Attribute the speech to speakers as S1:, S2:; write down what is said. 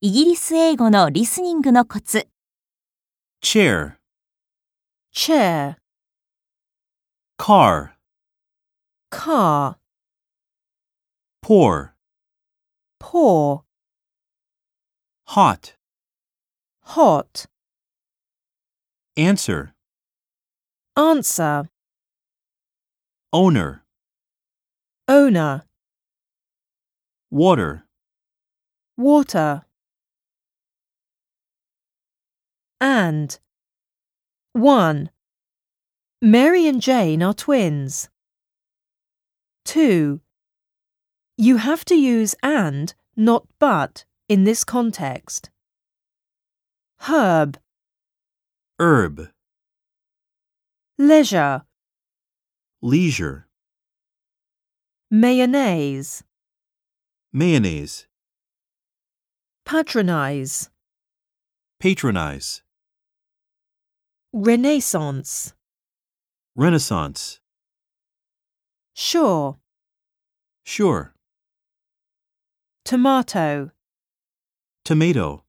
S1: イギリス英語のリスニングのコツ。
S2: chair,
S1: chair,
S2: car,
S1: car,
S2: pour,
S1: pour,
S2: hot,
S1: hot,
S2: answer,
S1: answer,
S2: owner,
S1: owner,
S2: water.
S1: water. And 1. Mary and Jane are twins. 2. You have to use and, not but, in this context. Herb,
S2: herb,
S1: leisure,
S2: leisure,
S1: mayonnaise,
S2: mayonnaise,
S1: patronize,
S2: patronize,
S1: renaissance,
S2: renaissance,
S1: sure,
S2: sure,
S1: tomato.
S2: tomato.